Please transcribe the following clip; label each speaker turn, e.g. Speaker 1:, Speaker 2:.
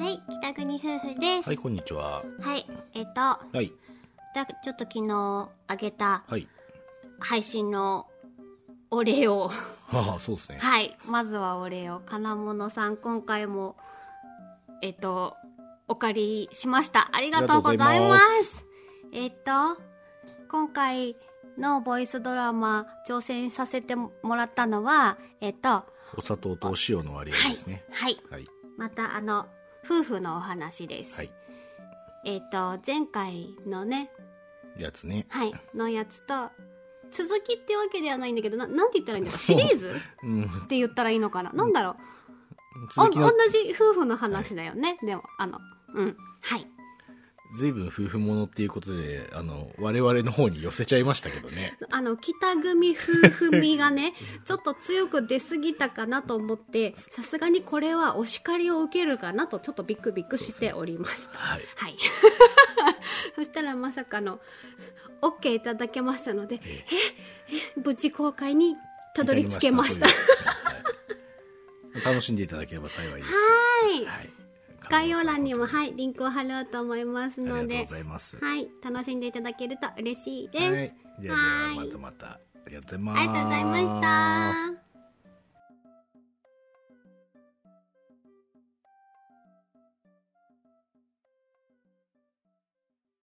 Speaker 1: はい、北国夫婦です。
Speaker 2: は、
Speaker 1: はいい、
Speaker 2: こんにちは。
Speaker 1: えっ、と、だ
Speaker 2: はい、
Speaker 1: ちょっと昨日あげた
Speaker 2: はい。
Speaker 1: 配信のお礼 を、
Speaker 2: はあ、そうですね。
Speaker 1: はい、まずはお礼を。金物さん、今回も、えっ、と、お借りしました。ありがとうございます。
Speaker 2: ありがとうございま
Speaker 1: えっ、と、今回のボイスドラマ挑戦させてもらったのは、えっ、と、
Speaker 2: お砂糖とお塩の割合ですね。
Speaker 1: はい、
Speaker 2: はい、
Speaker 1: またあの、夫婦のお話です。
Speaker 2: はい、
Speaker 1: えっ、と、前回のね、
Speaker 2: やつね。
Speaker 1: はい、のやつと続きってわけではないんだけどななんて言ったらいいんだろうシリーズ
Speaker 2: うん、
Speaker 1: って言ったらいいのかななんだろうお
Speaker 2: 続き
Speaker 1: 同
Speaker 2: の、
Speaker 1: じ夫婦の話だよね、でもあのうんはい
Speaker 2: ずいぶん夫婦ものっていうことで、あの、我々の方に寄せちゃいましたけどね。
Speaker 1: あの北組夫婦みが ねちょっと強く出過ぎたかなと思ってさすがにこれはお叱りを受けるかなとちょっとビクビクしておりました
Speaker 2: はい。
Speaker 1: はい。 そしたらまさかの OK いただけましたので、え
Speaker 2: え
Speaker 1: え無事公開にたどり着けました。
Speaker 2: 至
Speaker 1: は
Speaker 2: りましたというはい楽しんでいただければ幸いです。
Speaker 1: い。
Speaker 2: はい。
Speaker 1: 概要欄にも、
Speaker 2: い。
Speaker 1: はい、リンクを貼ろうと思います
Speaker 2: ありがと
Speaker 1: の
Speaker 2: うご
Speaker 1: で、
Speaker 2: ざいます。
Speaker 1: はい、楽しんでいただけると嬉しいです。
Speaker 2: はい。じゃあ、じゃあ
Speaker 1: はい
Speaker 2: またまた。ありがとうございます。
Speaker 1: ありがとうございました。